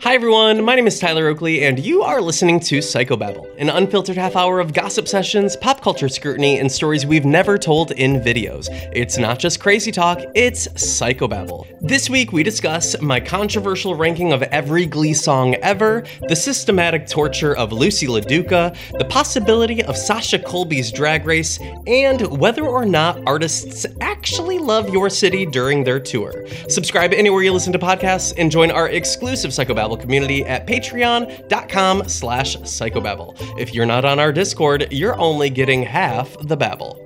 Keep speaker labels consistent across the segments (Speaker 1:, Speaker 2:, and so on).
Speaker 1: Hi everyone, my name is Tyler Oakley, and you are listening to Psychobabble, an unfiltered half hour of gossip sessions, pop culture scrutiny, and stories we've never told in videos. It's not just crazy talk, it's Psychobabble. This week we discuss my controversial ranking of every Glee song ever, the systematic torture of Lucy LaDuca, the possibility of Sasha Colby's drag race, and whether or not artists actually love your city during their tour. Subscribe anywhere you listen to podcasts and join our exclusive Psychobabble community at patreon.com slash psychobabble. If you're not on our Discord, you're only getting half the babble.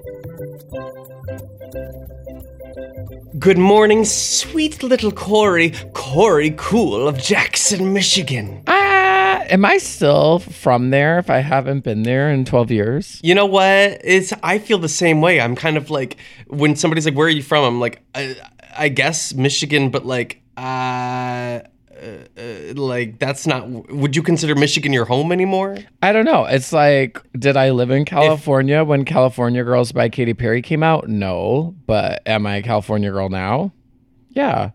Speaker 1: Good morning, sweet little Corey, Corey Cool of Jackson, Michigan.
Speaker 2: Ah, am I still from there if I haven't been there in 12 years?
Speaker 1: You know what? It's I feel the same way. I'm kind of like when somebody's like, "Where are you from?" I'm like, "I, I guess Michigan," but like, uh, uh, uh, like that's not would you consider michigan your home anymore
Speaker 2: I don't know. It's like, did I live in California when California Girls by Katy Perry came out? No. But am I a California girl now? Yeah.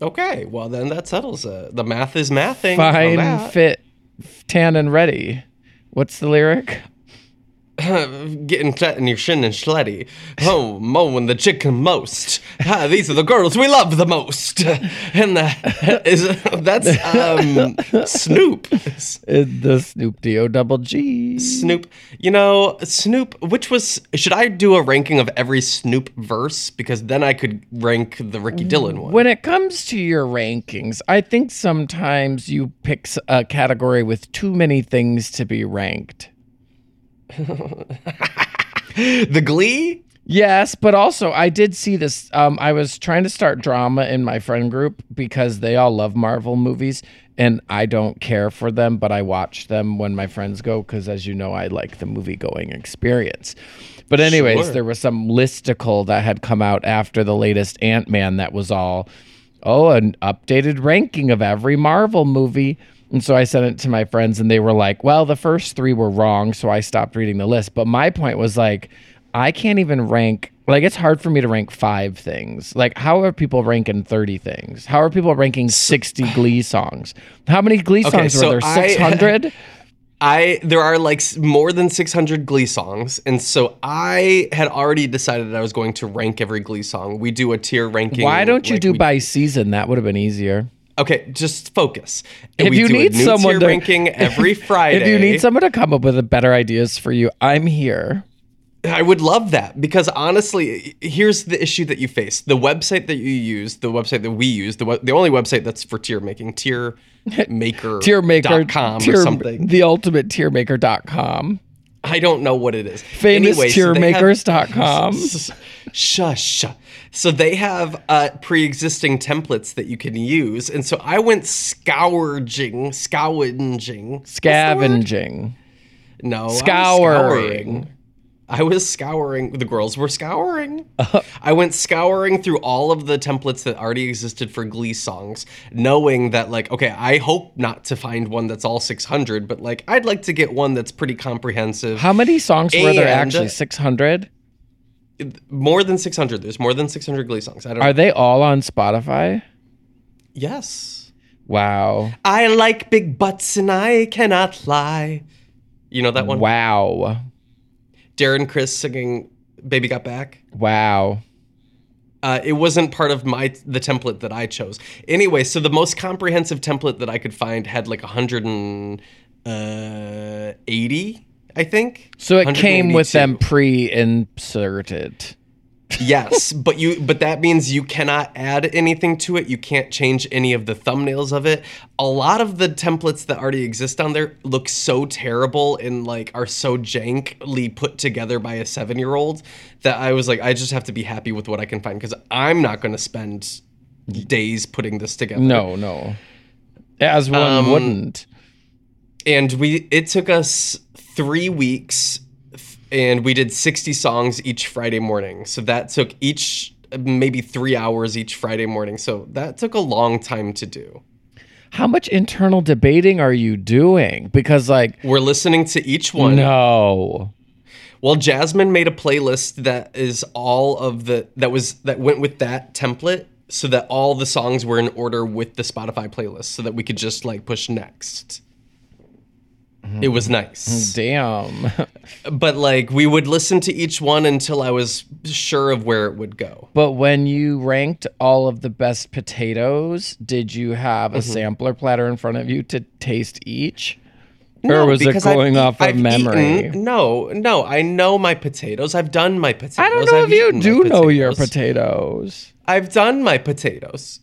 Speaker 1: okay well then that settles it the math is mathing on
Speaker 2: Fine,
Speaker 1: that.
Speaker 2: fit, tan, and ready. What's the lyric?
Speaker 1: getting flat in your shin and schletty oh mowing the chicken most ah, these are the girls we love the most and that is that's um snoop
Speaker 2: Uh, The Snoop D-O double G.
Speaker 1: snoop you know snoop which was should i do a ranking of every snoop verse because then i could rank the ricky dillon one
Speaker 2: When it comes to your rankings, I think sometimes you pick s- a category with too many things to be ranked.
Speaker 1: the glee
Speaker 2: Yes, but also I did see this. Um, I was trying to start drama in my friend group because they all love Marvel movies and I don't care for them, but I watch them when my friends go because, as you know, I like the movie going experience. But, anyways,
Speaker 1: Sure.
Speaker 2: there was some listicle that had come out after the latest Ant Man that was all, oh, an updated ranking of every Marvel movie. And so I sent it to my friends, and they were like, well, the first three were wrong. So I stopped reading the list. But my point was like, I can't even rank. Like it's hard for me to rank five things. Like how are people ranking thirty things? How are people ranking sixty Glee songs? How many Glee songs
Speaker 1: so
Speaker 2: were there?
Speaker 1: I-
Speaker 2: Six hundred.
Speaker 1: I there are like s- more than 600 Glee songs, and so I had already decided that I was going to rank every Glee song. We do a tier ranking.
Speaker 2: Why don't you
Speaker 1: like
Speaker 2: do
Speaker 1: we-
Speaker 2: by season? That would have been easier.
Speaker 1: Okay, just focus.
Speaker 2: If
Speaker 1: we
Speaker 2: you
Speaker 1: do a
Speaker 2: need
Speaker 1: new
Speaker 2: someone
Speaker 1: tier
Speaker 2: to-
Speaker 1: ranking every Friday,
Speaker 2: If you need someone to come up with the better ideas for you, I'm here.
Speaker 1: I would love that because honestly, here's the issue that you face: the website that you use, the website that we use, the we- the only website that's for tier making, tier maker,
Speaker 2: Tier maker,
Speaker 1: com
Speaker 2: tier,
Speaker 1: or something.
Speaker 2: the ultimate tiermaker.com,
Speaker 1: I don't know what it is.
Speaker 2: famous
Speaker 1: Anyway, so they have-
Speaker 2: tiermakers.com.
Speaker 1: S- Shush. So they have uh, pre-existing templates that you can use, and so I went scourging, scourging,
Speaker 2: scavenging,
Speaker 1: No, I was
Speaker 2: scouring.
Speaker 1: I was scouring. The girls were scouring.
Speaker 2: Uh-huh.
Speaker 1: I went scouring through all of the templates that already existed for Glee songs, knowing that, like, okay, I hope not to find one that's all 600, but like, I'd like to get one that's pretty comprehensive.
Speaker 2: How many songs were there
Speaker 1: And-
Speaker 2: actually? 600?
Speaker 1: more than 600. There's more than 600 Glee songs. I don't
Speaker 2: Are they all on Spotify?
Speaker 1: Yes.
Speaker 2: Wow.
Speaker 1: I like big butts and I cannot lie. You know that one?
Speaker 2: Wow.
Speaker 1: Darren Chris singing Baby Got Back.
Speaker 2: Wow.
Speaker 1: Uh, it wasn't part of my the template that I chose. Anyway, so the most comprehensive template that I could find had like 180, uh, I think.
Speaker 2: So it came with
Speaker 1: 182.
Speaker 2: them pre-inserted.
Speaker 1: yes, but you but that means you cannot add anything to it. You can't change any of the thumbnails of it. A lot of the templates that already exist on there look so terrible and like are so jankly put together by a 7-year-old that I was like I just have to be happy with what I can find cuz I'm not going to spend days putting this together.
Speaker 2: No, no. As one
Speaker 1: Um,
Speaker 2: wouldn't.
Speaker 1: and we it took us three weeks th- and we did 60 songs each friday morning so that took each uh, maybe three hours each friday morning so that took a long time to do
Speaker 2: How much internal debating are you doing? Because like
Speaker 1: we're listening to each one
Speaker 2: no.
Speaker 1: well jasmine made a playlist that is all of the that was that went with that template so that all the songs were in order with the spotify playlist so that we could just like push next it was nice
Speaker 2: Damn.
Speaker 1: but like we would listen to each one until I was sure of where it would go.
Speaker 2: But when you ranked all of the best potatoes, did you have
Speaker 1: Mm-hmm.
Speaker 2: a sampler platter in front of you to taste each? or was it
Speaker 1: because I've
Speaker 2: going
Speaker 1: eat-
Speaker 2: off of
Speaker 1: I've
Speaker 2: memory?
Speaker 1: eaten- no, no, I know my potatoes. I've done my potatoes.
Speaker 2: I don't know
Speaker 1: I've
Speaker 2: if you
Speaker 1: eaten my
Speaker 2: do know your
Speaker 1: potatoes.
Speaker 2: potatoes.
Speaker 1: I've done my potatoes.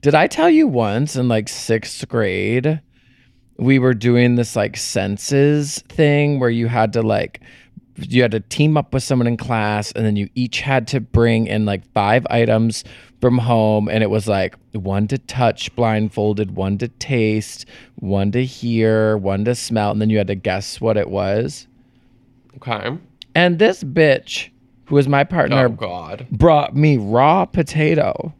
Speaker 2: Did I tell you once in like sixth grade, we were doing this like senses thing where you had to like, you had to team up with someone in class and then you each had to bring in like five items from home. And it was like one to touch blindfolded, one to taste, one to hear, one to smell. And then you had to guess what it was.
Speaker 1: Okay.
Speaker 2: And this bitch, who was my partner,
Speaker 1: Oh God.
Speaker 2: brought me raw potato.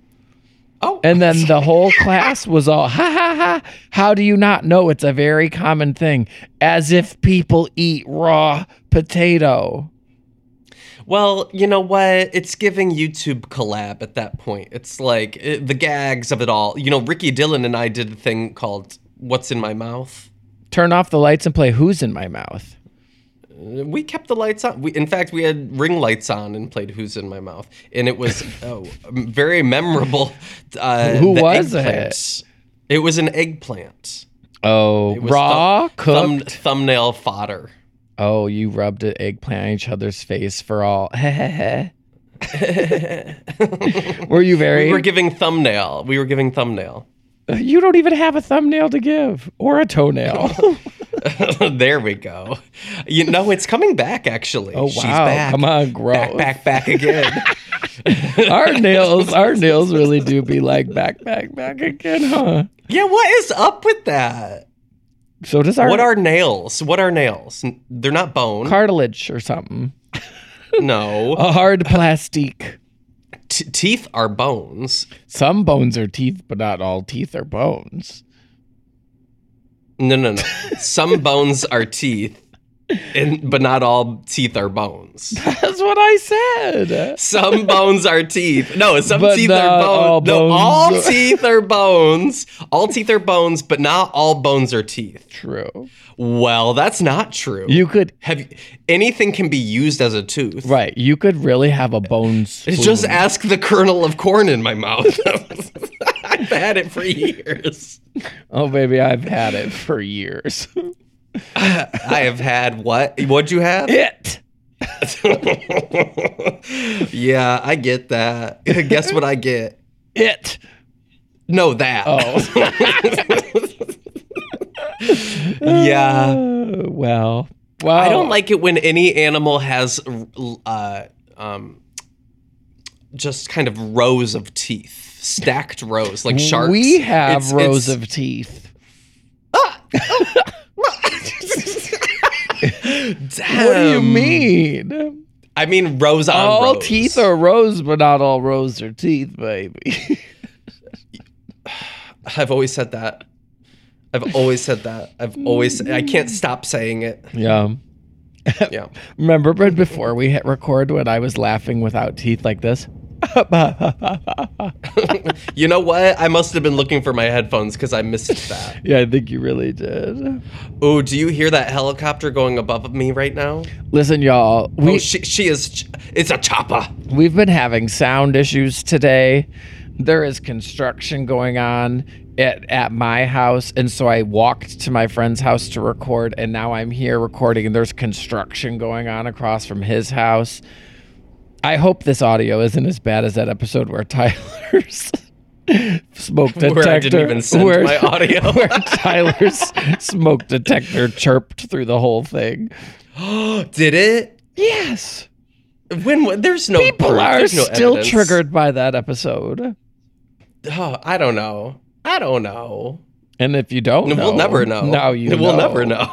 Speaker 1: Oh.
Speaker 2: And then the whole class was all, ha ha ha. How do you not know? It's a very common thing. As if people eat raw potato.
Speaker 1: well, you know what? It's giving YouTube collab at that point. It's like eh, the gags of it all. You know, Ricky Dillon and I did a thing called "What's in My Mouth."
Speaker 2: Turn off the lights and play Who's in My Mouth.
Speaker 1: We kept the lights on. We, in fact, we had ring lights on and played "Who's in My Mouth," and it was oh, very memorable. Uh,
Speaker 2: Who
Speaker 1: the
Speaker 2: was
Speaker 1: eggplant. It was an eggplant.
Speaker 2: Oh,
Speaker 1: It was
Speaker 2: raw,
Speaker 1: thu- thumb-
Speaker 2: cooked.
Speaker 1: thumbnail fodder.
Speaker 2: oh, you rubbed an eggplant on each other's face for all. Were you very?
Speaker 1: We were giving thumbnail. We were giving thumbnail.
Speaker 2: you don't even have a thumbnail to give or a toenail.
Speaker 1: there we go. You know, it's coming back actually.
Speaker 2: Oh,
Speaker 1: She's
Speaker 2: wow.
Speaker 1: back.
Speaker 2: Come on, gross.
Speaker 1: Back, back, back again.
Speaker 2: our nails, our nails really do be like back, back, back again, huh?
Speaker 1: yeah, what is up with that?
Speaker 2: So does our
Speaker 1: What are nails? What are nails? N- They're not bone.
Speaker 2: cartilage or something.
Speaker 1: no.
Speaker 2: A hard plastique.
Speaker 1: T- teeth are bones.
Speaker 2: Some bones are teeth, but not all teeth are bones.
Speaker 1: No, no, no. Some bones are teeth, and but not all teeth are bones.
Speaker 2: That's what I said.
Speaker 1: Some bones are teeth. No, some
Speaker 2: But
Speaker 1: teeth
Speaker 2: not
Speaker 1: are bones. No,
Speaker 2: all
Speaker 1: all
Speaker 2: bones.
Speaker 1: teeth are bones. All teeth are bones, but not all bones are teeth.
Speaker 2: True.
Speaker 1: Well, that's not true.
Speaker 2: You could
Speaker 1: have you- anything can be used as a tooth.
Speaker 2: right. You could really have a bone spoon.
Speaker 1: Just ask the kernel of corn in my mouth. I've had it for years.
Speaker 2: oh baby, I've had it for years.
Speaker 1: I have had what? What'd you have?
Speaker 2: it.
Speaker 1: yeah, I get that. Guess what I get?
Speaker 2: It.
Speaker 1: No, that.
Speaker 2: Oh.
Speaker 1: Yeah.
Speaker 2: Uh, well. Wow.
Speaker 1: I don't like it when any animal has uh, um, just kind of rows of teeth, stacked rows, like sharks.
Speaker 2: We have
Speaker 1: It's-
Speaker 2: rows
Speaker 1: it's-
Speaker 2: of teeth.
Speaker 1: Damn.
Speaker 2: What do you mean?
Speaker 1: I mean, rows on
Speaker 2: all
Speaker 1: rows.
Speaker 2: teeth are rows, but not all rows are teeth, baby.
Speaker 1: I've always said that. I've always said that. I've always. I can't stop saying it.
Speaker 2: yeah.
Speaker 1: Yeah.
Speaker 2: Remember but before we hit record when I was laughing without teeth like this?
Speaker 1: You know what? I must have been looking for my headphones because I missed that.
Speaker 2: Yeah, I think you really did.
Speaker 1: Oh, do you hear that helicopter going above me right now?
Speaker 2: Listen, y'all, we
Speaker 1: Oh, she, she is. ch- It's a chopper.
Speaker 2: we've been having sound issues today. There is construction going on at at my house, and so I walked to my friend's house to record, and now I'm here recording, and there's construction going on across from his house. I hope this audio isn't as bad as that episode where Tyler's smoke detector
Speaker 1: Where I didn't even send
Speaker 2: where-
Speaker 1: my audio.
Speaker 2: where Tyler's smoke detector chirped through the whole thing.
Speaker 1: Did it?
Speaker 2: Yes.
Speaker 1: When, when there's no
Speaker 2: People
Speaker 1: proof,
Speaker 2: are
Speaker 1: there's no
Speaker 2: still
Speaker 1: evidence.
Speaker 2: triggered by that episode.
Speaker 1: Oh, I don't know. I don't know.
Speaker 2: And if you don't know,
Speaker 1: We'll never know.
Speaker 2: No, you
Speaker 1: We'll
Speaker 2: know.
Speaker 1: never know.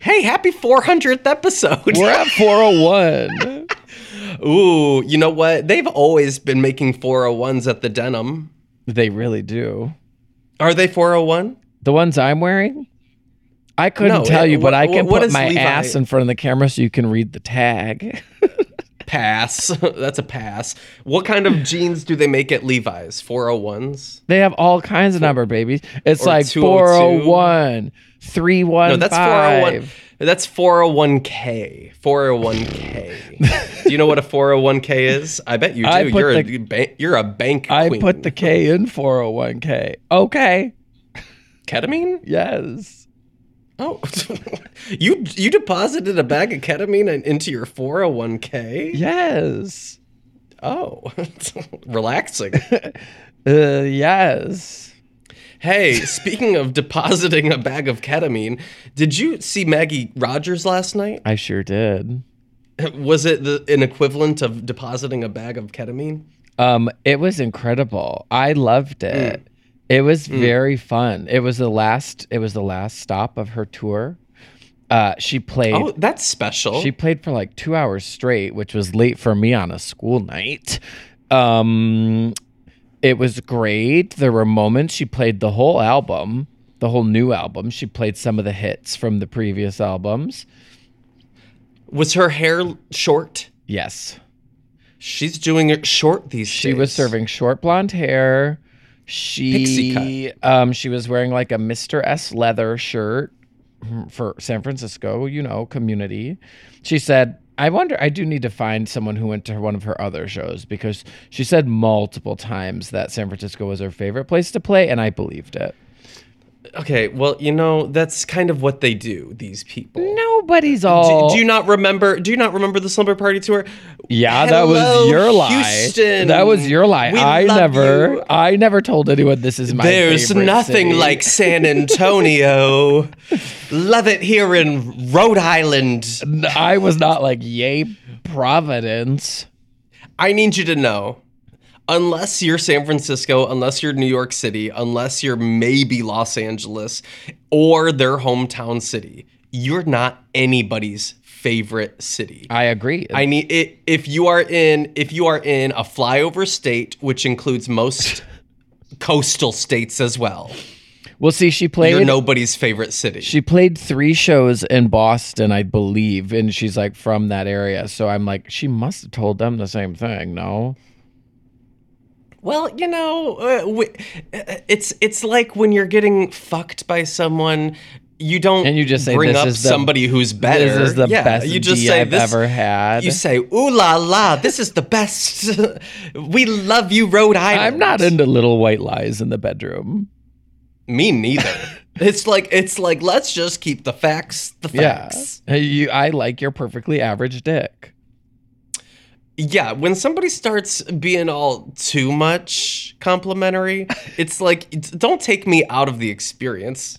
Speaker 1: hey, happy 400th episode.
Speaker 2: We're at 401.
Speaker 1: Ooh, you know what? They've always been making 401s at the denim.
Speaker 2: they really do.
Speaker 1: Are they 401?
Speaker 2: The ones I'm wearing, I couldn't
Speaker 1: No,
Speaker 2: tell
Speaker 1: it-
Speaker 2: you, but I
Speaker 1: wha-
Speaker 2: can
Speaker 1: what
Speaker 2: put
Speaker 1: is
Speaker 2: my
Speaker 1: Levi?
Speaker 2: ass in front of the camera so you can read the tag.
Speaker 1: Pass. That's a pass. What kind of jeans do they make at Levi's? 401s?
Speaker 2: They have all kinds of number babies. It's
Speaker 1: Or
Speaker 2: like
Speaker 1: 202.
Speaker 2: 401, 315.
Speaker 1: No, oh that's 401. That's 401k. 401k. do you know what a 401k is? I bet you do.
Speaker 2: I put
Speaker 1: You're a
Speaker 2: the-
Speaker 1: ba- you're a bank
Speaker 2: I
Speaker 1: queen.
Speaker 2: put the K in 401K. Okay.
Speaker 1: ketamine?
Speaker 2: Yes.
Speaker 1: Oh. you you deposited a bag of ketamine in- into your 401k?
Speaker 2: Yes.
Speaker 1: Oh. Relaxing.
Speaker 2: Uh, yes.
Speaker 1: Hey, speaking of depositing a bag of ketamine, did you see Maggie Rogers last night?
Speaker 2: I sure did.
Speaker 1: Was it the, an equivalent of depositing a bag of ketamine?
Speaker 2: Um, it was incredible. I loved it. It was very fun. It was the last. It was the last stop of her tour. Uh, she played.
Speaker 1: Oh, that's special.
Speaker 2: She played for like two hours straight, which was late for me on a school night. Um, it was great. There were moments she played the whole album, the whole new album. She played some of the hits from the previous albums.
Speaker 1: was her hair l- short?
Speaker 2: Yes,
Speaker 1: She's doing it short these days.
Speaker 2: she was serving short blonde hair. She
Speaker 1: Pixie
Speaker 2: um she was wearing like a Mr. S leather shirt for San Francisco, you know, community. She said, I wonder I do need to find someone who went to one of her other shows because she said multiple times that San Francisco was her favorite place to play and I believed it.
Speaker 1: Okay, well, you know, that's kind of what they do, these people.
Speaker 2: Nobody's
Speaker 1: Do,
Speaker 2: all
Speaker 1: do you not remember? Do you not remember the slumber party tour?
Speaker 2: Yeah, that
Speaker 1: Hello,
Speaker 2: was your lie.
Speaker 1: Houston.
Speaker 2: That was your lie.
Speaker 1: We
Speaker 2: I
Speaker 1: love
Speaker 2: never
Speaker 1: you.
Speaker 2: I never told anyone this is my
Speaker 1: There's
Speaker 2: favorite
Speaker 1: nothing
Speaker 2: city.
Speaker 1: like San Antonio. Love it here in Rhode Island.
Speaker 2: N- I was not like, yay, Providence.
Speaker 1: I need you to know unless you're San Francisco, unless you're New York City, unless you're maybe Los Angeles or their hometown city, you're not anybody's favorite city.
Speaker 2: I agree.
Speaker 1: I need it if you are in if you are in a flyover state, which includes most coastal states as well.
Speaker 2: well, see, she
Speaker 1: You're
Speaker 2: played.
Speaker 1: nobody's favorite city.
Speaker 2: she played three shows in Boston, I believe, and she's like from that area. So I'm like, she must have told them the same thing. No,
Speaker 1: Well, you know, uh, w- uh, it's it's like when you're getting fucked by someone, you don't
Speaker 2: And you just say,
Speaker 1: bring
Speaker 2: "This
Speaker 1: up
Speaker 2: is the-
Speaker 1: somebody who's better.
Speaker 2: this is the
Speaker 1: Yeah,
Speaker 2: best
Speaker 1: you just
Speaker 2: D
Speaker 1: say
Speaker 2: I've
Speaker 1: this-
Speaker 2: ever had.
Speaker 1: You say, "Ooh la la, this is the best. we love you, Rhode Island."
Speaker 2: I'm not into little white lies in the bedroom.
Speaker 1: Me neither. it's like it's like let's just keep the facts, the facts.
Speaker 2: Yeah, you, I like your perfectly average dick.
Speaker 1: Yeah, when somebody starts being all too much complimentary, it's like it's- don't take me out of the experience.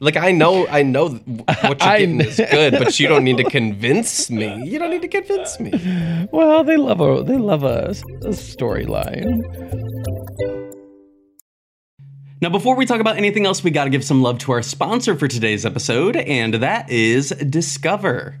Speaker 1: Like I know, I know th- what you're
Speaker 2: I
Speaker 1: getting is
Speaker 2: kn-
Speaker 1: good, but you don't need to convince me. You don't need to convince me.
Speaker 2: Well, they love a they love a, a storyline.
Speaker 3: Now, before we talk about anything else, we gotta give some love to our sponsor for today's episode, and that is Discover.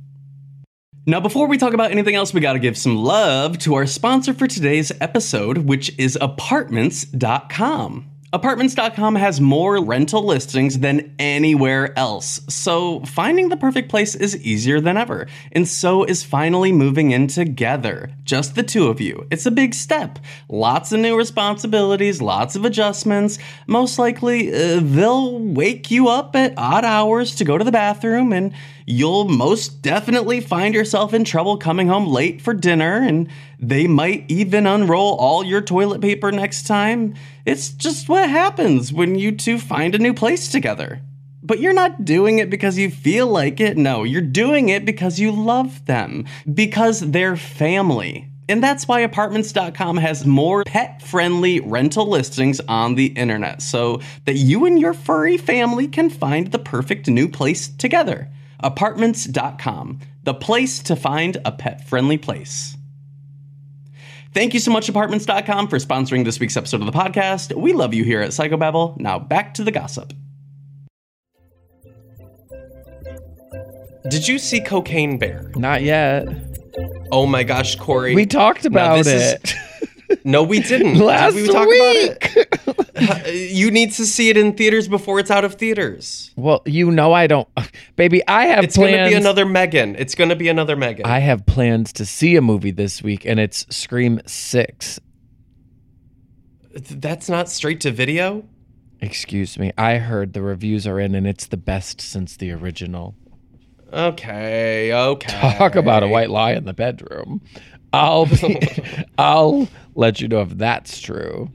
Speaker 3: Now, before we talk about anything else, we got to give some love to our sponsor for today's episode, which is apartments.com. Apartments.com has more rental listings than anywhere else, so finding the perfect place is easier than ever, and so is finally moving in together, just the two of you. It's a big step. Lots of new responsibilities, lots of adjustments. Most likely, uh, they'll wake you up at odd hours to go to the bathroom and you'll most definitely find yourself in trouble coming home late for dinner, and they might even unroll all your toilet paper next time. It's just what happens when you two find a new place together. But you're not doing it because you feel like it. No, you're doing it because you love them, because they're family. And that's why apartments.com has more pet friendly rental listings on the internet so that you and your furry family can find the perfect new place together apartments.com, the place to find a pet friendly place. Thank you so much, apartments.com, for sponsoring this week's episode of the podcast. We love you here at Psychobabble. Now back to the gossip.
Speaker 1: Did you see Cocaine Bear?
Speaker 2: Not yet.
Speaker 1: Oh my gosh, Corey.
Speaker 2: We talked about
Speaker 1: this is-
Speaker 2: it
Speaker 1: no, we didn't. Did
Speaker 2: last
Speaker 1: we
Speaker 2: week.
Speaker 1: talk about it? You need to see it in theaters before it's out of theaters.
Speaker 2: well, you know I don't, baby. I have
Speaker 1: It's
Speaker 2: plans.
Speaker 1: gonna be another Megan. It's gonna be another Megan.
Speaker 2: I have plans to see a movie this week, and it's Scream Six.
Speaker 1: That's not straight to video.
Speaker 2: Excuse me. I heard the reviews are in, and it's the best since the original.
Speaker 1: Okay, okay.
Speaker 2: Talk about a white lie in the bedroom. I'll be, I'll let you know if that's true.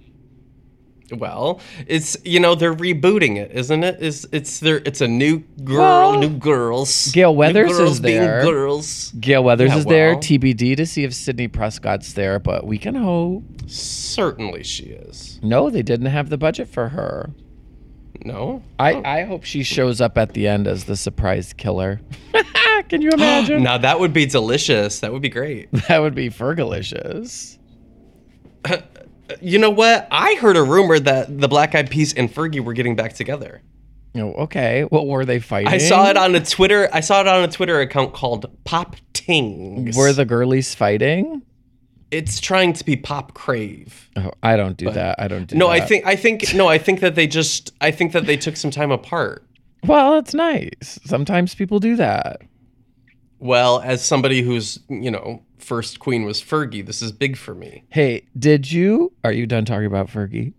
Speaker 1: Well, it's you know they're rebooting it, isn't it? Is it's their it's a new girl,
Speaker 2: Well,
Speaker 1: new girls.
Speaker 2: Gail
Speaker 1: New
Speaker 2: Weathers is
Speaker 1: girls being
Speaker 2: there.
Speaker 1: Girls.
Speaker 2: Gail Weathers
Speaker 1: Yeah,
Speaker 2: is there.
Speaker 1: well.
Speaker 2: TBD to see if Sydney Prescott's there, but we can hope.
Speaker 1: Certainly she is.
Speaker 2: No, they didn't have the budget for her.
Speaker 1: No.
Speaker 2: I, I hope she shows up at the end as the surprise killer. Can you imagine?
Speaker 1: Now that would be delicious. That would be great.
Speaker 2: That would be fergalicious.
Speaker 1: You know what? I heard a rumor that the Black Eyed Peas and Fergie were getting back together.
Speaker 2: Oh, okay. What were they fighting?
Speaker 1: I saw it on a Twitter. I saw it on a Twitter account called Pop Tings.
Speaker 2: Were the girlies fighting?
Speaker 1: it's trying to be pop crave.
Speaker 2: Oh, I don't do that. I don't do
Speaker 1: No,
Speaker 2: that.
Speaker 1: I think I think no, I think that they just I think that they took some time apart.
Speaker 2: Well, it's nice. Sometimes people do that.
Speaker 1: Well, as somebody who's, you know, first queen was Fergie, this is big for me.
Speaker 2: Hey, did you? Are you done talking about Fergie?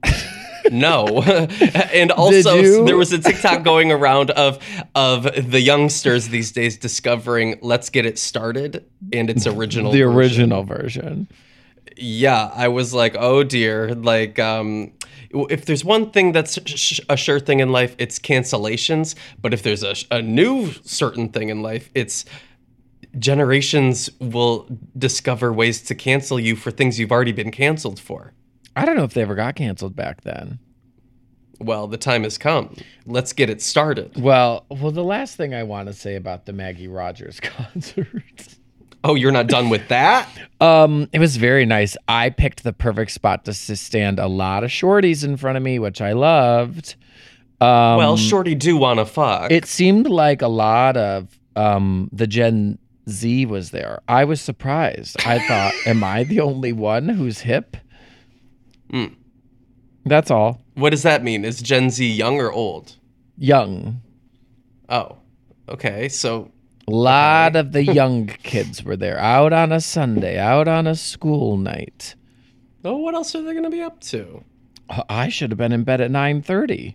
Speaker 1: No. and also
Speaker 2: you?
Speaker 1: there was a TikTok going around of of the youngsters these days discovering Let's Get It Started and its original
Speaker 2: the
Speaker 1: version.
Speaker 2: original version.
Speaker 1: Yeah, I was like, "Oh dear." Like um if there's one thing that's sh- a sure thing in life, it's cancellations, but if there's a, sh- a new certain thing in life, it's generations will discover ways to cancel you for things you've already been canceled for.
Speaker 2: I don't know if they ever got canceled back then.
Speaker 1: Well, the time has come. Let's get it started.
Speaker 2: Well, well, the last thing I want to say about the Maggie Rogers concert.
Speaker 1: Oh, you're not done with that?
Speaker 2: Um, it was very nice. I picked the perfect spot to s- stand a lot of shorties in front of me, which I loved. Um,
Speaker 1: well, shorty do wanna fuck.
Speaker 2: it seemed like a lot of um, the Gen Z was there. I was surprised. I thought, am I the only one who's hip?
Speaker 1: Mm.
Speaker 2: That's all.
Speaker 1: what does that mean? Is Gen Z young or old?
Speaker 2: Young.
Speaker 1: Oh. Okay. So
Speaker 2: A lot of the young kids were there out on a Sunday, out on a school night.
Speaker 1: Oh, what else are they going to be up to?
Speaker 2: Uh, I should have been in bed at 9:30.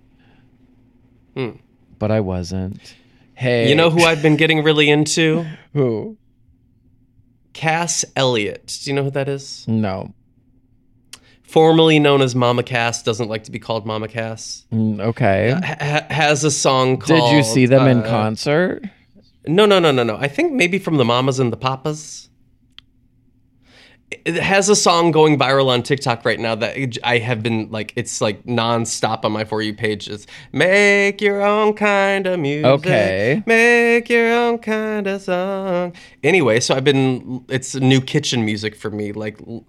Speaker 1: Hmm.
Speaker 2: But I wasn't. Hey.
Speaker 1: You know who I've been getting really into?
Speaker 2: who?
Speaker 1: Cass Elliot. Do you know who that is?
Speaker 2: No.
Speaker 1: Formerly known as Mama Cass, doesn't like to be called Mama Cass.
Speaker 2: Mm, okay.
Speaker 1: Ha- ha- has a song called.
Speaker 2: Did you see them in
Speaker 1: uh,
Speaker 2: concert?
Speaker 1: No, no, no, no, no. I think maybe from the Mamas and the Papas. it has a song going viral on TikTok right now that it- I have been like, it's like nonstop on my For You page. It's make your own kind of music.
Speaker 2: Okay.
Speaker 1: Make your own kind of song. Anyway, so I've been, it's new kitchen music for me. Like l-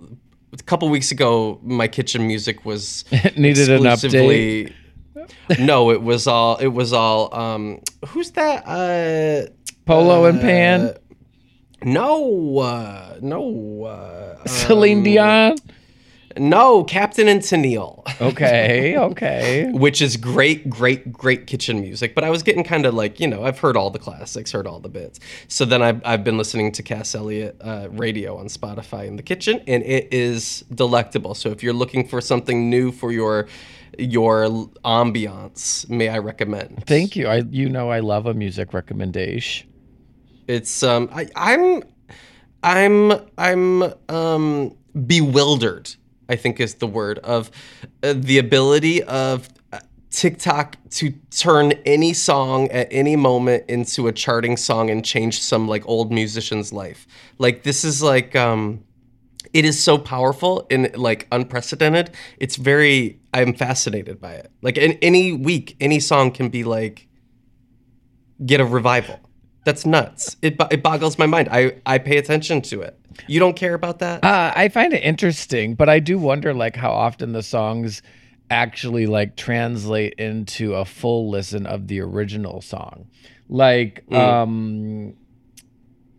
Speaker 1: a couple weeks ago, my kitchen music was
Speaker 2: Needed an
Speaker 1: exclusively- no, it was all, it was all, um, who's that? Uh,
Speaker 2: Polo and Pan,
Speaker 1: no, uh, no, uh,
Speaker 2: Celine Dion.
Speaker 1: no, Captain and Tennille,
Speaker 2: Okay, okay.
Speaker 1: which is great, great, great kitchen music. But I was getting kind of like, you know, I've heard all the classics, heard all the bits. So then I've, I've been listening to Cass Elliot uh, radio on Spotify in the kitchen, and it is delectable. So if you're looking for something new for your your ambiance, may I recommend?
Speaker 2: Thank you. I you know I love a music recommendation.
Speaker 1: It's um, I, I'm, I'm, I'm um, bewildered. I think is the word of uh, the ability of uh, TikTok to turn any song at any moment into a charting song and change some like old musician's life. Like this is like um, it is so powerful and like unprecedented. It's very I'm fascinated by it. Like in any week, any song can be like get a revival. That's nuts. It, bo- it boggles my mind. I, I pay attention to it. You don't care about that?
Speaker 2: Uh, I find it interesting, but I do wonder like how often the songs actually like translate into a full listen of the original song. Like um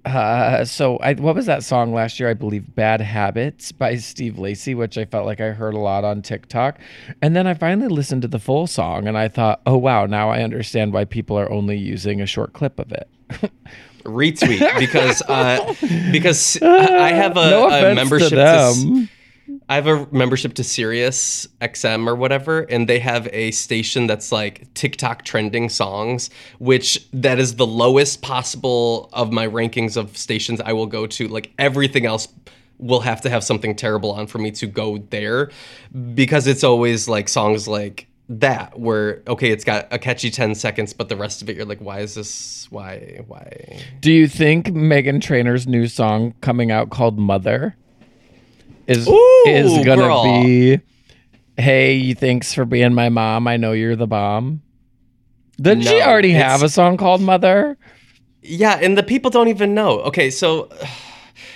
Speaker 2: uh so I what was that song last year? I believe Bad Habits by Steve Lacy, which I felt like I heard a lot on TikTok. And then I finally listened to the full song and I thought, "Oh wow, now I understand why people are only using a short clip of it."
Speaker 1: Retweet because uh, because I I have a,
Speaker 2: no
Speaker 1: a
Speaker 2: offense
Speaker 1: membership.
Speaker 2: to
Speaker 1: to s-
Speaker 2: them.
Speaker 1: I have a membership to Sirius XM or whatever, and they have a station that's like TikTok trending songs, which that is the lowest possible of my rankings of stations I will go to. Like everything else will have to have something terrible on for me to go there because it's always like songs like that where okay it's got a catchy 10 seconds but the rest of it you're like why is this why why
Speaker 2: Do you think Megan Trainor's new song coming out called Mother is
Speaker 1: Ooh,
Speaker 2: is gonna
Speaker 1: girl.
Speaker 2: be Hey, thanks for being my mom. I know you're the bomb. Didn't she
Speaker 1: No,
Speaker 2: already
Speaker 1: it's-
Speaker 2: have a song called Mother?
Speaker 1: Yeah, and the people don't even know. Okay, so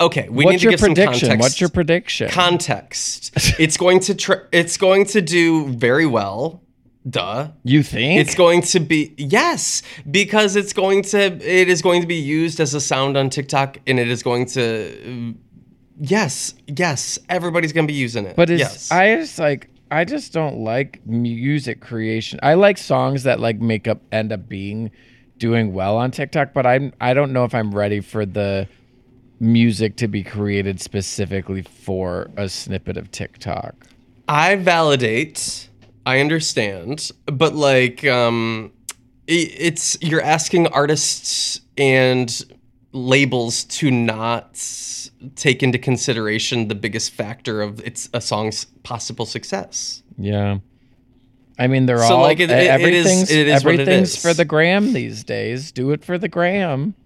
Speaker 1: okay, we need
Speaker 2: What's
Speaker 1: to
Speaker 2: your
Speaker 1: give some
Speaker 2: prediction?
Speaker 1: context.
Speaker 2: What's your prediction?
Speaker 1: context? it's going to tr- it's going to do very well. Duh.
Speaker 2: you think?
Speaker 1: It's going to be yes, because it's going to it is going to be used as a sound on TikTok and it is going to yes, yes, everybody's going to be using it.
Speaker 2: But it's
Speaker 1: yes.
Speaker 2: I just like I just don't like music creation. I like songs that like make up end up being doing well on TikTok, but I'm I don't know if I'm ready for the music to be created specifically for a snippet of TikTok.
Speaker 1: I validate. I understand, but like, um, i it's you're asking artists and labels to not take into consideration the biggest factor of it's a song's possible success.
Speaker 2: Yeah. I mean, they're
Speaker 1: So,
Speaker 2: all e-,
Speaker 1: like, it- it- it is-
Speaker 2: everything's
Speaker 1: it is what it
Speaker 2: everything's
Speaker 1: is.
Speaker 2: for the gram these days. Do it for the gram.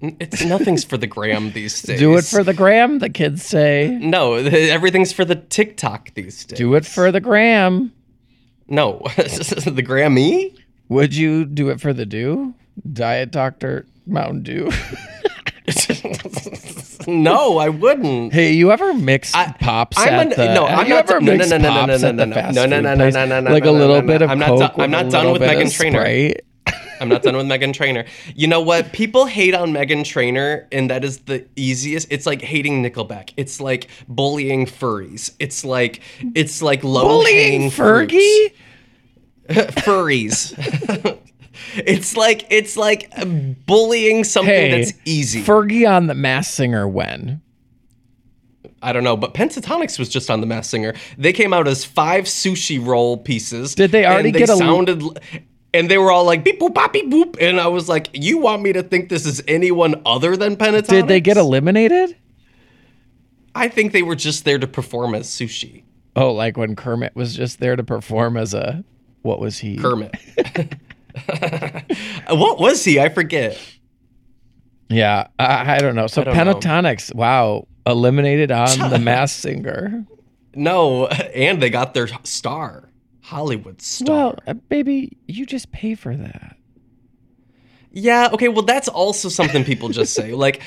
Speaker 1: N- It's nothing's for the gram these days.
Speaker 2: Do it for the gram. The kids say.
Speaker 1: no. Everything's for the TikTok these days.
Speaker 2: Do it for the gram.
Speaker 1: no the Grammy.
Speaker 2: Would you do it for the dew? Diet Doctor Mountain Dew.
Speaker 1: no, I wouldn't.
Speaker 2: hey, you ever mix pops
Speaker 1: I'm
Speaker 2: at
Speaker 1: an-
Speaker 2: the?
Speaker 1: no,
Speaker 2: have
Speaker 1: I'm
Speaker 2: you
Speaker 1: not-
Speaker 2: ever
Speaker 1: no, no,
Speaker 2: mixed
Speaker 1: no, no, no,
Speaker 2: pops
Speaker 1: no,
Speaker 2: at the
Speaker 1: no,
Speaker 2: fast
Speaker 1: no, no,
Speaker 2: food
Speaker 1: no, no,
Speaker 2: place?
Speaker 1: no, no, no,
Speaker 2: Like a
Speaker 1: no, no,
Speaker 2: little
Speaker 1: no,
Speaker 2: bit
Speaker 1: no.
Speaker 2: of
Speaker 1: I'm not
Speaker 2: Coke.
Speaker 1: done- I'm
Speaker 2: with a
Speaker 1: not done
Speaker 2: little
Speaker 1: with
Speaker 2: bit of
Speaker 1: Meghan Trainor.
Speaker 2: Sprite?
Speaker 1: I'm not done with Megan Trainer. You know what? People hate on Megan Trainer, and that is the easiest. It's like hating Nickelback. It's like bullying furries. It's like it's like low
Speaker 2: Bullying
Speaker 1: hanging fruit.
Speaker 2: Fergie.
Speaker 1: furries. it's like it's like bullying something
Speaker 2: Hey,
Speaker 1: that's easy.
Speaker 2: Fergie on the Mass Singer. When?
Speaker 1: I don't know, but Pentatonics was just on The Mass Singer. They came out as five sushi roll pieces.
Speaker 2: Did they already
Speaker 1: and they
Speaker 2: get a-
Speaker 1: sounded l- and they were all like beep boop bop beep boop and I was like, "You want me to think this is anyone other than Pentatonics?"
Speaker 2: Did they get eliminated?
Speaker 1: I think they were just there to perform as sushi.
Speaker 2: Oh, like when Kermit was just there to perform as a what was he?
Speaker 1: Kermit. Uh, what was he? I forget.
Speaker 2: Yeah, I, I don't know. So
Speaker 1: don't know.
Speaker 2: pentatonics. Wow, eliminated on The Mass Singer.
Speaker 1: No, and they got their star, Hollywood star.
Speaker 2: Well, uh, baby, you just pay for that.
Speaker 1: Yeah, okay, well, that's also something people just say. Like,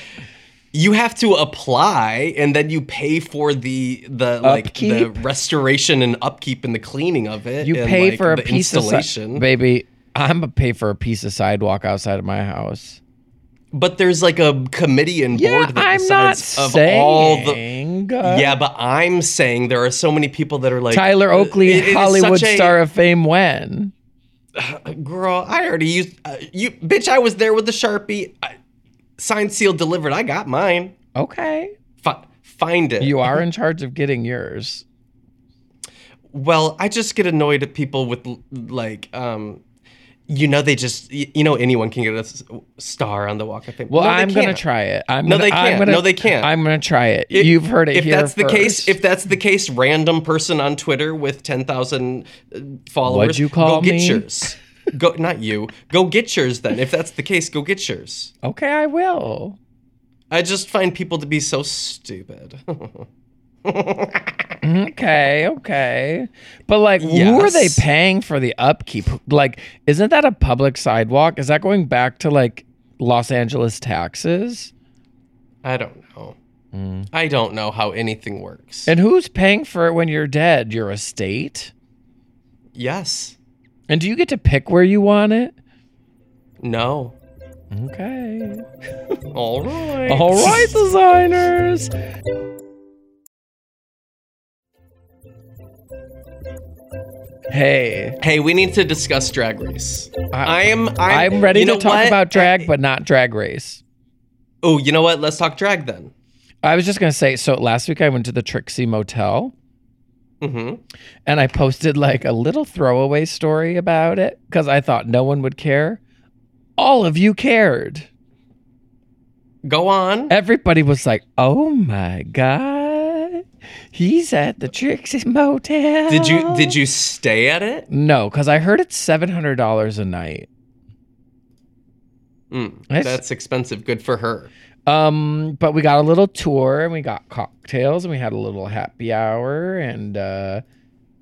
Speaker 1: you have to apply and then you pay for the the like the
Speaker 2: Upkeep?
Speaker 1: restoration and upkeep and the cleaning of it.
Speaker 2: You
Speaker 1: and,
Speaker 2: pay
Speaker 1: like,
Speaker 2: for a
Speaker 1: the
Speaker 2: piece of si-
Speaker 1: installation.
Speaker 2: baby. I'm gonna pay for a piece of sidewalk outside of my house.
Speaker 1: but there's like a committee and board that
Speaker 2: I'm not
Speaker 1: decides of all the
Speaker 2: saying. uh,
Speaker 1: Yeah, but I'm saying there are so many people that are like uh,
Speaker 2: Tyler Oakley,
Speaker 1: It- it is
Speaker 2: Hollywood
Speaker 1: such a-
Speaker 2: star of fame. When
Speaker 1: Girl, I already used uh, you, bitch. I was there with the sharpie, I, signed, sealed, delivered. I got mine.
Speaker 2: okay,
Speaker 1: Fi- find it.
Speaker 2: you are in charge of getting yours.
Speaker 1: well, I just get annoyed at people with l- like, um, you know, they just y- you know anyone can get a s- star on the Walk of Fame.
Speaker 2: Well,
Speaker 1: No, they
Speaker 2: I'm gonna
Speaker 1: can't.
Speaker 2: try it. I'm
Speaker 1: No,
Speaker 2: gonna,
Speaker 1: they
Speaker 2: I'm
Speaker 1: can't.
Speaker 2: gonna-
Speaker 1: No, they can't.
Speaker 2: I'm gonna try it.
Speaker 1: If-
Speaker 2: You've heard it
Speaker 1: If
Speaker 2: here
Speaker 1: that's the case,
Speaker 2: first.
Speaker 1: if that's the case, random person on Twitter with ten thousand uh, followers,
Speaker 2: What'd you call
Speaker 1: go get
Speaker 2: me?
Speaker 1: yours. go, not you. Go get yours then. If that's the case, go get yours.
Speaker 2: okay, I will.
Speaker 1: I just find people to be so stupid.
Speaker 2: Okay, okay. But like who are they
Speaker 1: Yes.
Speaker 2: paying for the upkeep? Like isn't that a public sidewalk? Is that going back to like Los Angeles taxes?
Speaker 1: I don't know. I don't know how anything works.
Speaker 2: And who's paying for it when you're dead? Your estate?
Speaker 1: yes.
Speaker 2: And do you get to pick where you want it?
Speaker 1: No.
Speaker 2: Okay.
Speaker 1: All right.
Speaker 2: All right, designers. Hey,
Speaker 1: Hey, we need to discuss Drag Race. I am. I'm,
Speaker 2: I'm, ready
Speaker 1: you
Speaker 2: to
Speaker 1: know
Speaker 2: talk
Speaker 1: what?
Speaker 2: about drag,
Speaker 1: I-
Speaker 2: but not drag race.
Speaker 1: oh, you know what? Let's talk drag then.
Speaker 2: I was just gonna say, so last week I went to the Trixie Motel
Speaker 1: hmm
Speaker 2: and I posted like a little throwaway story about it because I thought no one would care. All of you cared.
Speaker 1: Go on.
Speaker 2: Everybody was like, "Oh my god, he's at the Trixie Motel."
Speaker 1: Did you did you stay at it?
Speaker 2: No, because I heard it's seven hundred dollars a night.
Speaker 1: Mm,
Speaker 2: Yes.
Speaker 1: that's expensive. Good for her.
Speaker 2: Um, but we got a little tour and we got cocktails and we had a little happy hour and uh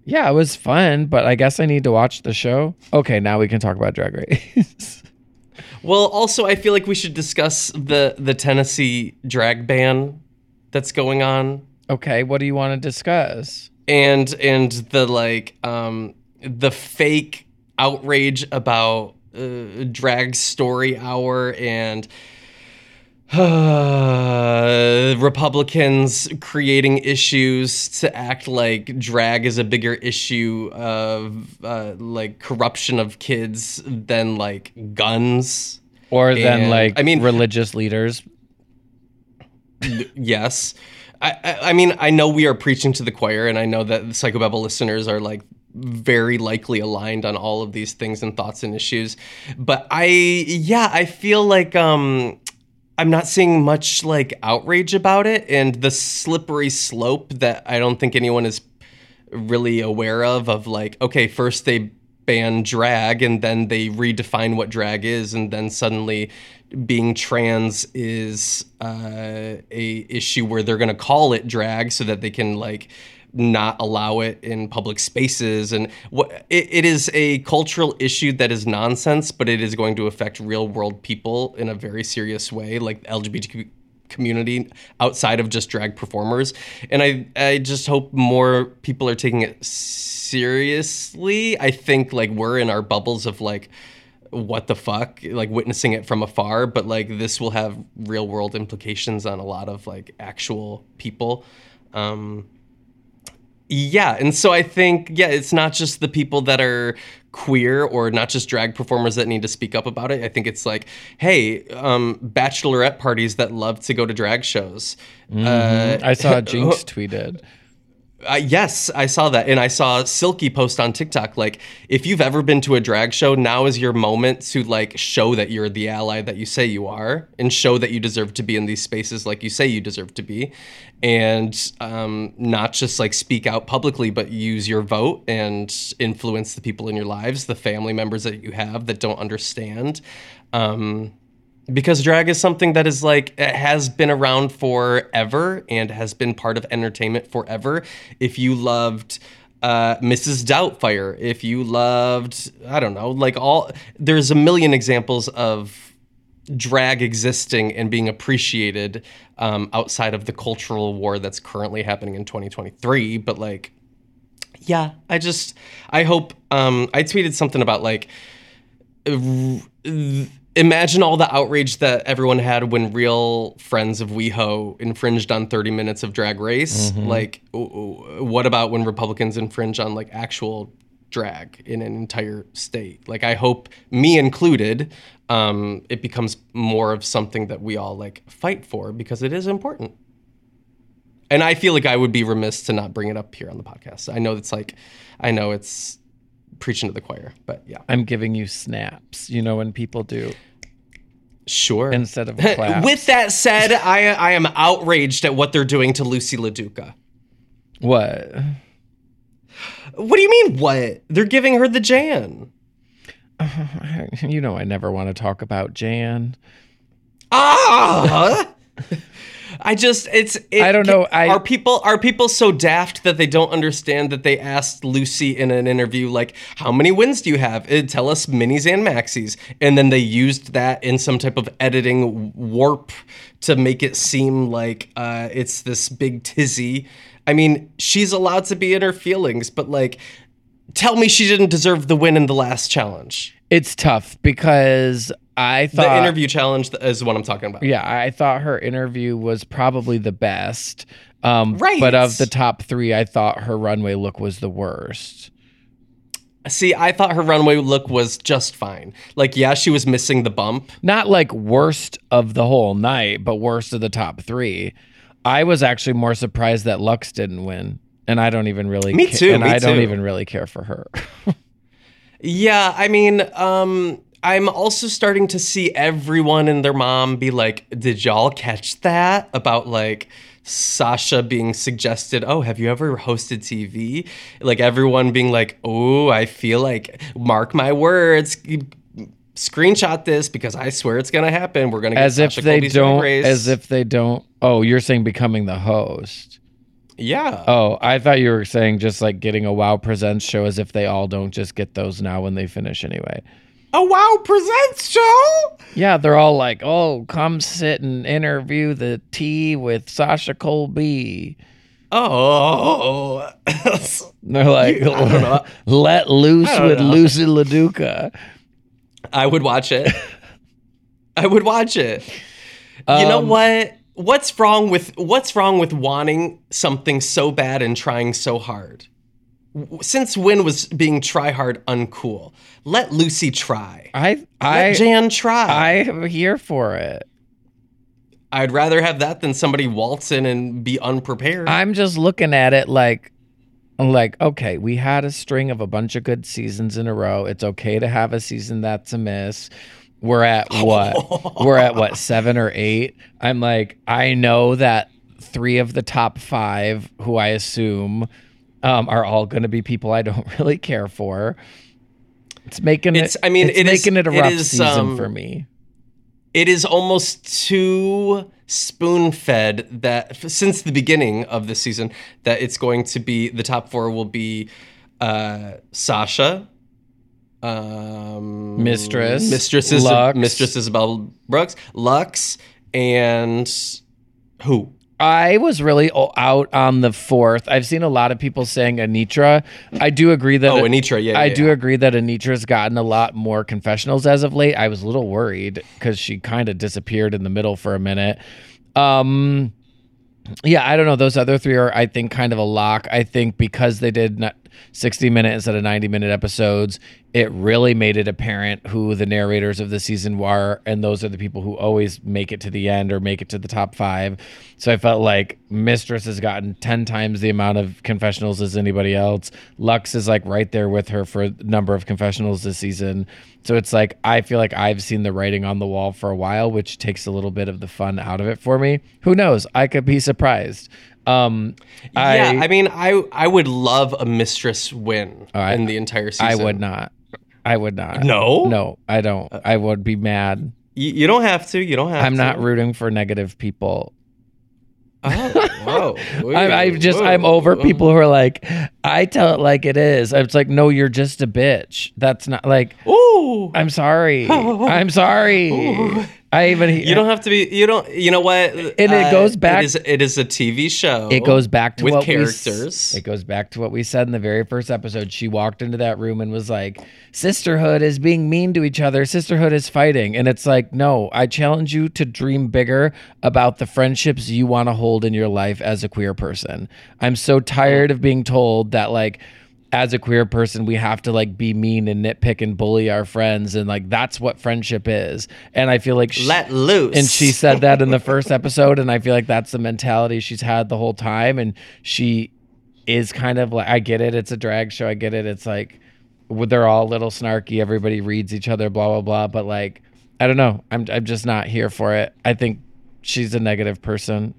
Speaker 2: yeah, it was fun, but I guess I need to watch the show. Okay, now we can talk about drag race.
Speaker 1: Well, also I feel like we should discuss the the Tennessee drag ban that's going on.
Speaker 2: okay, what do you want to discuss?
Speaker 1: and and the like um the fake outrage about uh, drag story hour and Republicans creating issues to act like drag is a bigger issue of uh, like corruption of kids than like guns.
Speaker 2: Or then
Speaker 1: And-
Speaker 2: like
Speaker 1: I mean-
Speaker 2: religious leaders.
Speaker 1: Yes. I, I, I mean, I know we are preaching to the choir, and I know that the Psychobabble listeners are like very likely aligned on all of these things and thoughts and issues. But I, yeah, I feel like um, I'm not seeing much like outrage about it and the slippery slope that I don't think anyone is really aware of of like okay first they ban drag and then they redefine what drag is and then suddenly being trans is uh, a issue where they're going to call it drag so that they can like not allow it in public spaces and what it, it is a cultural issue that is nonsense but it is going to affect real world people in a very serious way like the lgbtq community outside of just drag performers and i i just hope more people are taking it seriously i think like we're in our bubbles of like what the fuck like witnessing it from afar but like this will have real world implications on a lot of like actual people um yeah, and so I think yeah, it's not just the people that are queer or not just drag performers that need to speak up about it. I think it's like, hey, um, bachelorette parties that love to go to drag shows. Uh,
Speaker 2: I saw Jinx tweeted.
Speaker 1: uh, yes, I saw that, and I saw Silky post on TikTok like, if you've ever been to a drag show, now is your moment to like show that you're the ally that you say you are, and show that you deserve to be in these spaces like you say you deserve to be, and um, not just like speak out publicly, but use your vote and influence the people in your lives, the family members that you have that don't understand. Um, because drag is something that is like it has been around forever and has been part of entertainment forever. If you loved uh, Mrs. Doubtfire, if you loved, I don't know, like all there's a million examples of drag existing and being appreciated um, outside of the cultural war that's currently happening in 2023. But like, yeah, I just I hope um, I tweeted something about like imagine all the outrage that everyone had when real friends of WeHo infringed on 30 minutes of Drag Race. Like, w- w- what about when Republicans infringe on like actual drag in an entire state? Like, I hope me included, um, it becomes more of something that we all like fight for because it is important. And I feel like I would be remiss to not bring it up here on the podcast. I know it's like, I know it's preaching to the choir, but yeah,
Speaker 2: I'm giving you snaps, you know, when people do
Speaker 1: sure.
Speaker 2: instead of claps.
Speaker 1: With that said, I I am outraged at what they're doing to Lucy LaDuca.
Speaker 2: what?
Speaker 1: What do you mean what? They're giving her the Jan.
Speaker 2: You know, I never want to talk about Jan.
Speaker 1: Ah! I just it's it,
Speaker 2: I don't know, I-
Speaker 1: are people are people so daft that they don't understand that they asked Lucy in an interview like how many wins do you have? Eh, tell us minis and maxis, and then they used that in some type of editing warp to make it seem like uh, it's this big tizzy. I mean, she's allowed to be in her feelings, but like, tell me she didn't deserve the win in the last challenge.
Speaker 2: It's tough because I
Speaker 1: The
Speaker 2: thought
Speaker 1: interview challenge is what I'm talking about.
Speaker 2: Yeah, I thought her interview was probably the best. Um,
Speaker 1: Right.
Speaker 2: But of the top three, I thought her runway look was the worst.
Speaker 1: See, I thought her runway look was just fine. Like, yeah, she was missing the bump.
Speaker 2: Not like worst of the whole night, but worst of the top three. I was actually more surprised that Lux didn't win. And I don't even really
Speaker 1: Me
Speaker 2: ca-
Speaker 1: too,
Speaker 2: And
Speaker 1: me
Speaker 2: I don't
Speaker 1: too.
Speaker 2: even really care for her.
Speaker 1: Yeah, I mean, um, I'm also starting to see everyone and their mom be like, "Did y'all catch that?" About like Sasha being suggested, "Oh, have you ever hosted TV?" Like everyone being like, "Oh, I feel like mark my words." Screenshot this because I swear it's gonna happen. We're gonna get
Speaker 2: as if
Speaker 1: Sasha
Speaker 2: they
Speaker 1: Colby's Drag
Speaker 2: don't.
Speaker 1: Race.
Speaker 2: As if they don't. Oh, you're saying becoming the host.
Speaker 1: yeah.
Speaker 2: Oh, I thought you were saying just like getting a Wow Presents show as if they all don't just get those now when they finish anyway.
Speaker 1: Oh wow, presents show.
Speaker 2: Yeah, they're all like, "Oh, come sit and interview the tea with Sasha Colby."
Speaker 1: Oh,
Speaker 2: And they're like,
Speaker 1: I don't know.
Speaker 2: "Let loose
Speaker 1: I don't
Speaker 2: with
Speaker 1: know.
Speaker 2: Lucy LaDuca."
Speaker 1: I would watch it. I would watch it. you know
Speaker 2: Um,
Speaker 1: what? What's wrong with what's wrong with wanting something so bad and trying so hard? W- Since when was being try hard uncool? Let Lucy try.
Speaker 2: I,
Speaker 1: Let
Speaker 2: I,
Speaker 1: Jan try.
Speaker 2: I am here for it.
Speaker 1: I, would rather have that than somebody waltz in and be unprepared.
Speaker 2: I'm just looking at it like, like, okay, we had a string of a bunch of good seasons in a row. It's okay to have a season that's a miss. We're at
Speaker 1: Oh,
Speaker 2: what? We're at what, seven or eight? I'm like, I know that three of the top five, who I assume um, are all going to be people I don't really care for. It's making
Speaker 1: It's-
Speaker 2: it.
Speaker 1: I mean,
Speaker 2: it's
Speaker 1: it is-
Speaker 2: making it a
Speaker 1: it
Speaker 2: rough
Speaker 1: is,
Speaker 2: season
Speaker 1: um,
Speaker 2: for me.
Speaker 1: it is almost too spoon fed that f- since the beginning of the season that it's going to be the top four will be uh, Sasha, um,
Speaker 2: Mistress,
Speaker 1: Mistress, Is-
Speaker 2: Lux.
Speaker 1: Mistress Isabel Brooks, Lux, and who?
Speaker 2: I was really o- out on the fourth. I've seen a lot of people saying Anitra. I do agree that
Speaker 1: Oh, Anitra. Yeah,
Speaker 2: I
Speaker 1: yeah,
Speaker 2: do
Speaker 1: yeah.
Speaker 2: agree that Anitra's gotten a lot more confessionals as of late. I was a little worried because she kind of disappeared in the middle for a minute. Um, yeah, I don't know. Those other three are, I think, kind of a lock. I think because they did not 60 minute instead of 90 minute episodes, it really made it apparent who the narrators of the season were. And those are the people who always make it to the end or make it to the top five. So I felt like Mistress has gotten 10 times the amount of confessionals as anybody else. Lux is like right there with her for number of confessionals this season. So it's like, I feel like I've seen the writing on the wall for a while, which takes a little bit of the fun out of it for me. Who knows? I could be surprised. Um,
Speaker 1: yeah,
Speaker 2: I,
Speaker 1: I mean, I I would love a mistress win
Speaker 2: I-
Speaker 1: in the entire season.
Speaker 2: I, would not. I would not.
Speaker 1: No? Uh,
Speaker 2: No, I don't. I would be mad.
Speaker 1: You, you don't have to. You don't have
Speaker 2: I'm
Speaker 1: to.
Speaker 2: not rooting for negative people.
Speaker 1: Oh, whoa.
Speaker 2: I'm, I'm just
Speaker 1: whoa,
Speaker 2: I'm over
Speaker 1: whoa.
Speaker 2: people who are like, I tell it like it is. It's like, no, you're just a bitch. That's not like
Speaker 1: Ooh.
Speaker 2: I'm sorry. I'm sorry. I even
Speaker 1: You don't have to be. You don't. You know what? And
Speaker 2: it goes back-
Speaker 1: It is, it is a TV show.
Speaker 2: it goes back to
Speaker 1: with
Speaker 2: what We,
Speaker 1: characters.
Speaker 2: s- it goes back to what we said in the very first episode. She walked into that room and was like, "Sisterhood is being mean to each other. Sisterhood is fighting." And it's like, "No, I challenge you to dream bigger about the friendships you want to hold in your life as a queer person." I'm so tired of being told that like as a queer person, we have to like be mean and nitpick and bully our friends and like that's what friendship is. And I feel like sh-
Speaker 1: Let loose.
Speaker 2: and she said that in the first episode, and I feel like that's the mentality she's had the whole time. And she is kind of like, I get it. It's a drag show. I get it. It's like w- they're all a little snarky. Everybody reads each other. Blah blah blah. But like, I don't know. I'm I'm just not here for it. I think she's a negative person.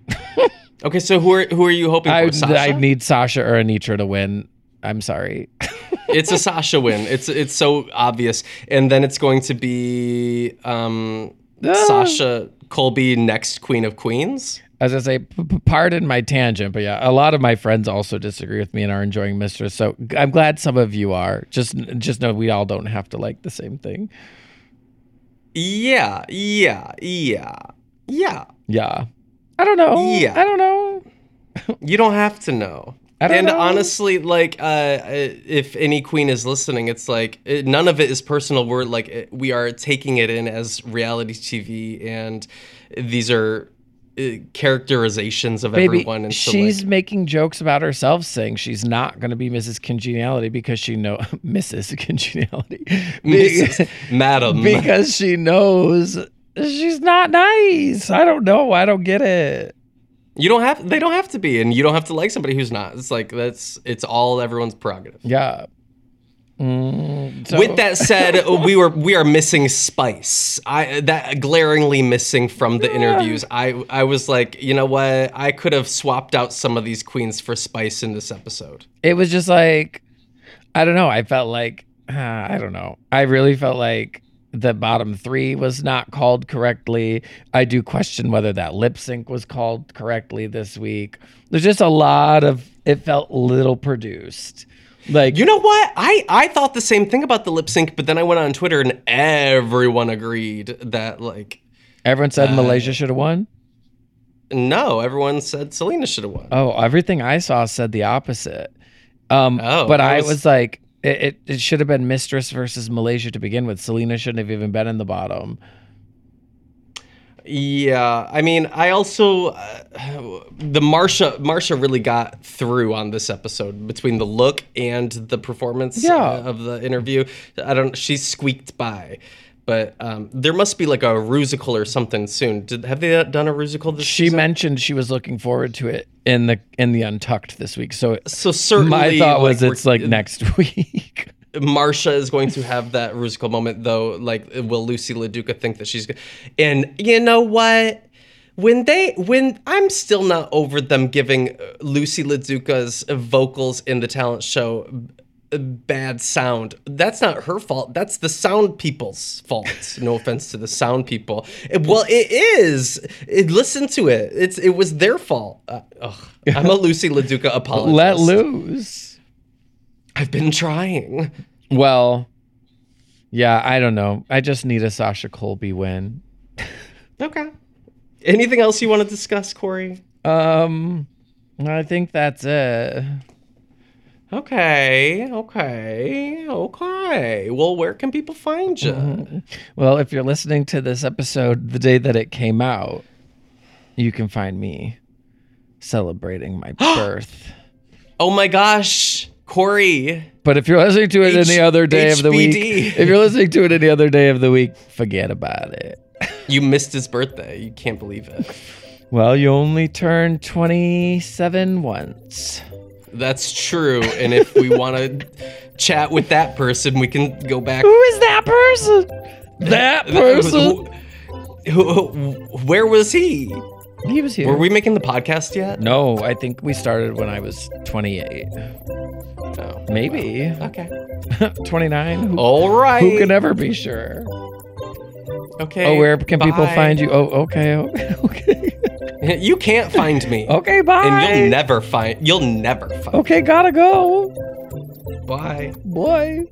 Speaker 1: Okay, so who are who are you hoping for?
Speaker 2: I
Speaker 1: Sasha?
Speaker 2: I need Sasha or Anitra to win. I'm sorry.
Speaker 1: it's a Sasha win. It's it's so obvious. And then it's going to be um, Sasha Colby next Queen of Queens.
Speaker 2: as I say, p- p- pardon my tangent, but yeah, a lot of my friends also disagree with me and are enjoying Mistress. So g- I'm glad some of you are. Just just know we all don't have to like the same thing.
Speaker 1: Yeah, yeah, yeah, yeah.
Speaker 2: Yeah. I don't know.
Speaker 1: Yeah.
Speaker 2: I don't know.
Speaker 1: You don't have to know.
Speaker 2: I don't
Speaker 1: and
Speaker 2: know.
Speaker 1: honestly, like, uh, uh, if any queen is listening, it's like uh none of it is personal. We're like, uh, we are taking it in as reality TV, and these are uh, characterizations of
Speaker 2: Baby,
Speaker 1: everyone. And so,
Speaker 2: she's
Speaker 1: like,
Speaker 2: making jokes about herself, saying she's not going to be Mrs. Congeniality because she know Mrs. Congeniality.
Speaker 1: Mrs. Madam,
Speaker 2: because she knows she's not nice. I don't know. I don't get it.
Speaker 1: you don't have. They don't have to be, and you don't have to like somebody who's not. It's like that's. It's all everyone's prerogative.
Speaker 2: Yeah. Mm, so-
Speaker 1: With that said, we were we are missing spice. I that glaringly missing from the interviews. I I was like, you know what? I could have swapped out some of these queens for spice in this episode.
Speaker 2: it was just like i don't know i felt like uh, i don't know i really felt like the bottom three was not called correctly i do question whether that lip sync was called correctly this week there's just a lot of it felt little produced like
Speaker 1: You know what? I I thought the same thing about the lip sync, but then I went on Twitter and everyone agreed that like
Speaker 2: everyone said
Speaker 1: Uh,
Speaker 2: malaysia should have won
Speaker 1: no, everyone said Selena should have won.
Speaker 2: oh everything i saw said the opposite um
Speaker 1: Oh,
Speaker 2: but
Speaker 1: I
Speaker 2: i was,
Speaker 1: was-
Speaker 2: like it, it, it should have been mistress versus malaysia to begin with selena shouldn't have even been in the bottom
Speaker 1: Yeah, I mean, I also uh, the Marsha Marsha really got through on this episode between the look and the performance uh,
Speaker 2: Yeah.
Speaker 1: of the interview. I don't. She squeaked by, but um, there must be like a rusical or something soon. Did have they done a rusical this
Speaker 2: she
Speaker 1: season?
Speaker 2: mentioned she was looking forward to it in the in the untucked this week so
Speaker 1: So certainly,
Speaker 2: my thought was
Speaker 1: like,
Speaker 2: it's
Speaker 1: we're-
Speaker 2: like next week
Speaker 1: Marsha is going to have that rusical moment, though. Like, will Lucy LaDuca think that she's? Go- and you know what? When they, when I'm still not over them giving uh, Lucy LaDuca's vocals in the talent show b- bad sound. That's not her fault. That's the sound people's fault. No offense to the sound people. Uh, well, it is. It- listen to it. It's it was their fault. Uh, ugh. I'm a Lucy LaDuca apologist.
Speaker 2: let loose
Speaker 1: I've been trying.
Speaker 2: well yeah i don't know i just need a sasha colby win
Speaker 1: Okay. Anything else you want to discuss, Corey?
Speaker 2: um i think that's it
Speaker 1: Okay, okay, okay. Well, where can people find you?
Speaker 2: well if you're listening to this episode the day that it came out you can find me celebrating my birth
Speaker 1: Oh my gosh, Corey.
Speaker 2: But if you're listening to it
Speaker 1: H-
Speaker 2: any other day of the week,
Speaker 1: HBD.
Speaker 2: if you're listening to it any other day of the week, forget about it.
Speaker 1: You missed his birthday. You can't believe it.
Speaker 2: Well, you only turn 27 once.
Speaker 1: That's true. And if we want to chat with that person, we can go back.
Speaker 2: Who is that person? That person.
Speaker 1: Who, who, where was he?
Speaker 2: He was here.
Speaker 1: Were we making the podcast yet?
Speaker 2: No, I think we started when I was 28.
Speaker 1: No.
Speaker 2: Maybe
Speaker 1: Okay.
Speaker 2: 29. Who,
Speaker 1: All right.
Speaker 2: who can ever be sure?
Speaker 1: Okay.
Speaker 2: Oh, where can people
Speaker 1: bye.
Speaker 2: find you? Oh, okay, okay, okay,
Speaker 1: You Oh, can't find me.
Speaker 2: okay. Bye.
Speaker 1: And you'll never find. You'll never find.
Speaker 2: okay, gotta go.
Speaker 1: Bye.
Speaker 2: Boy.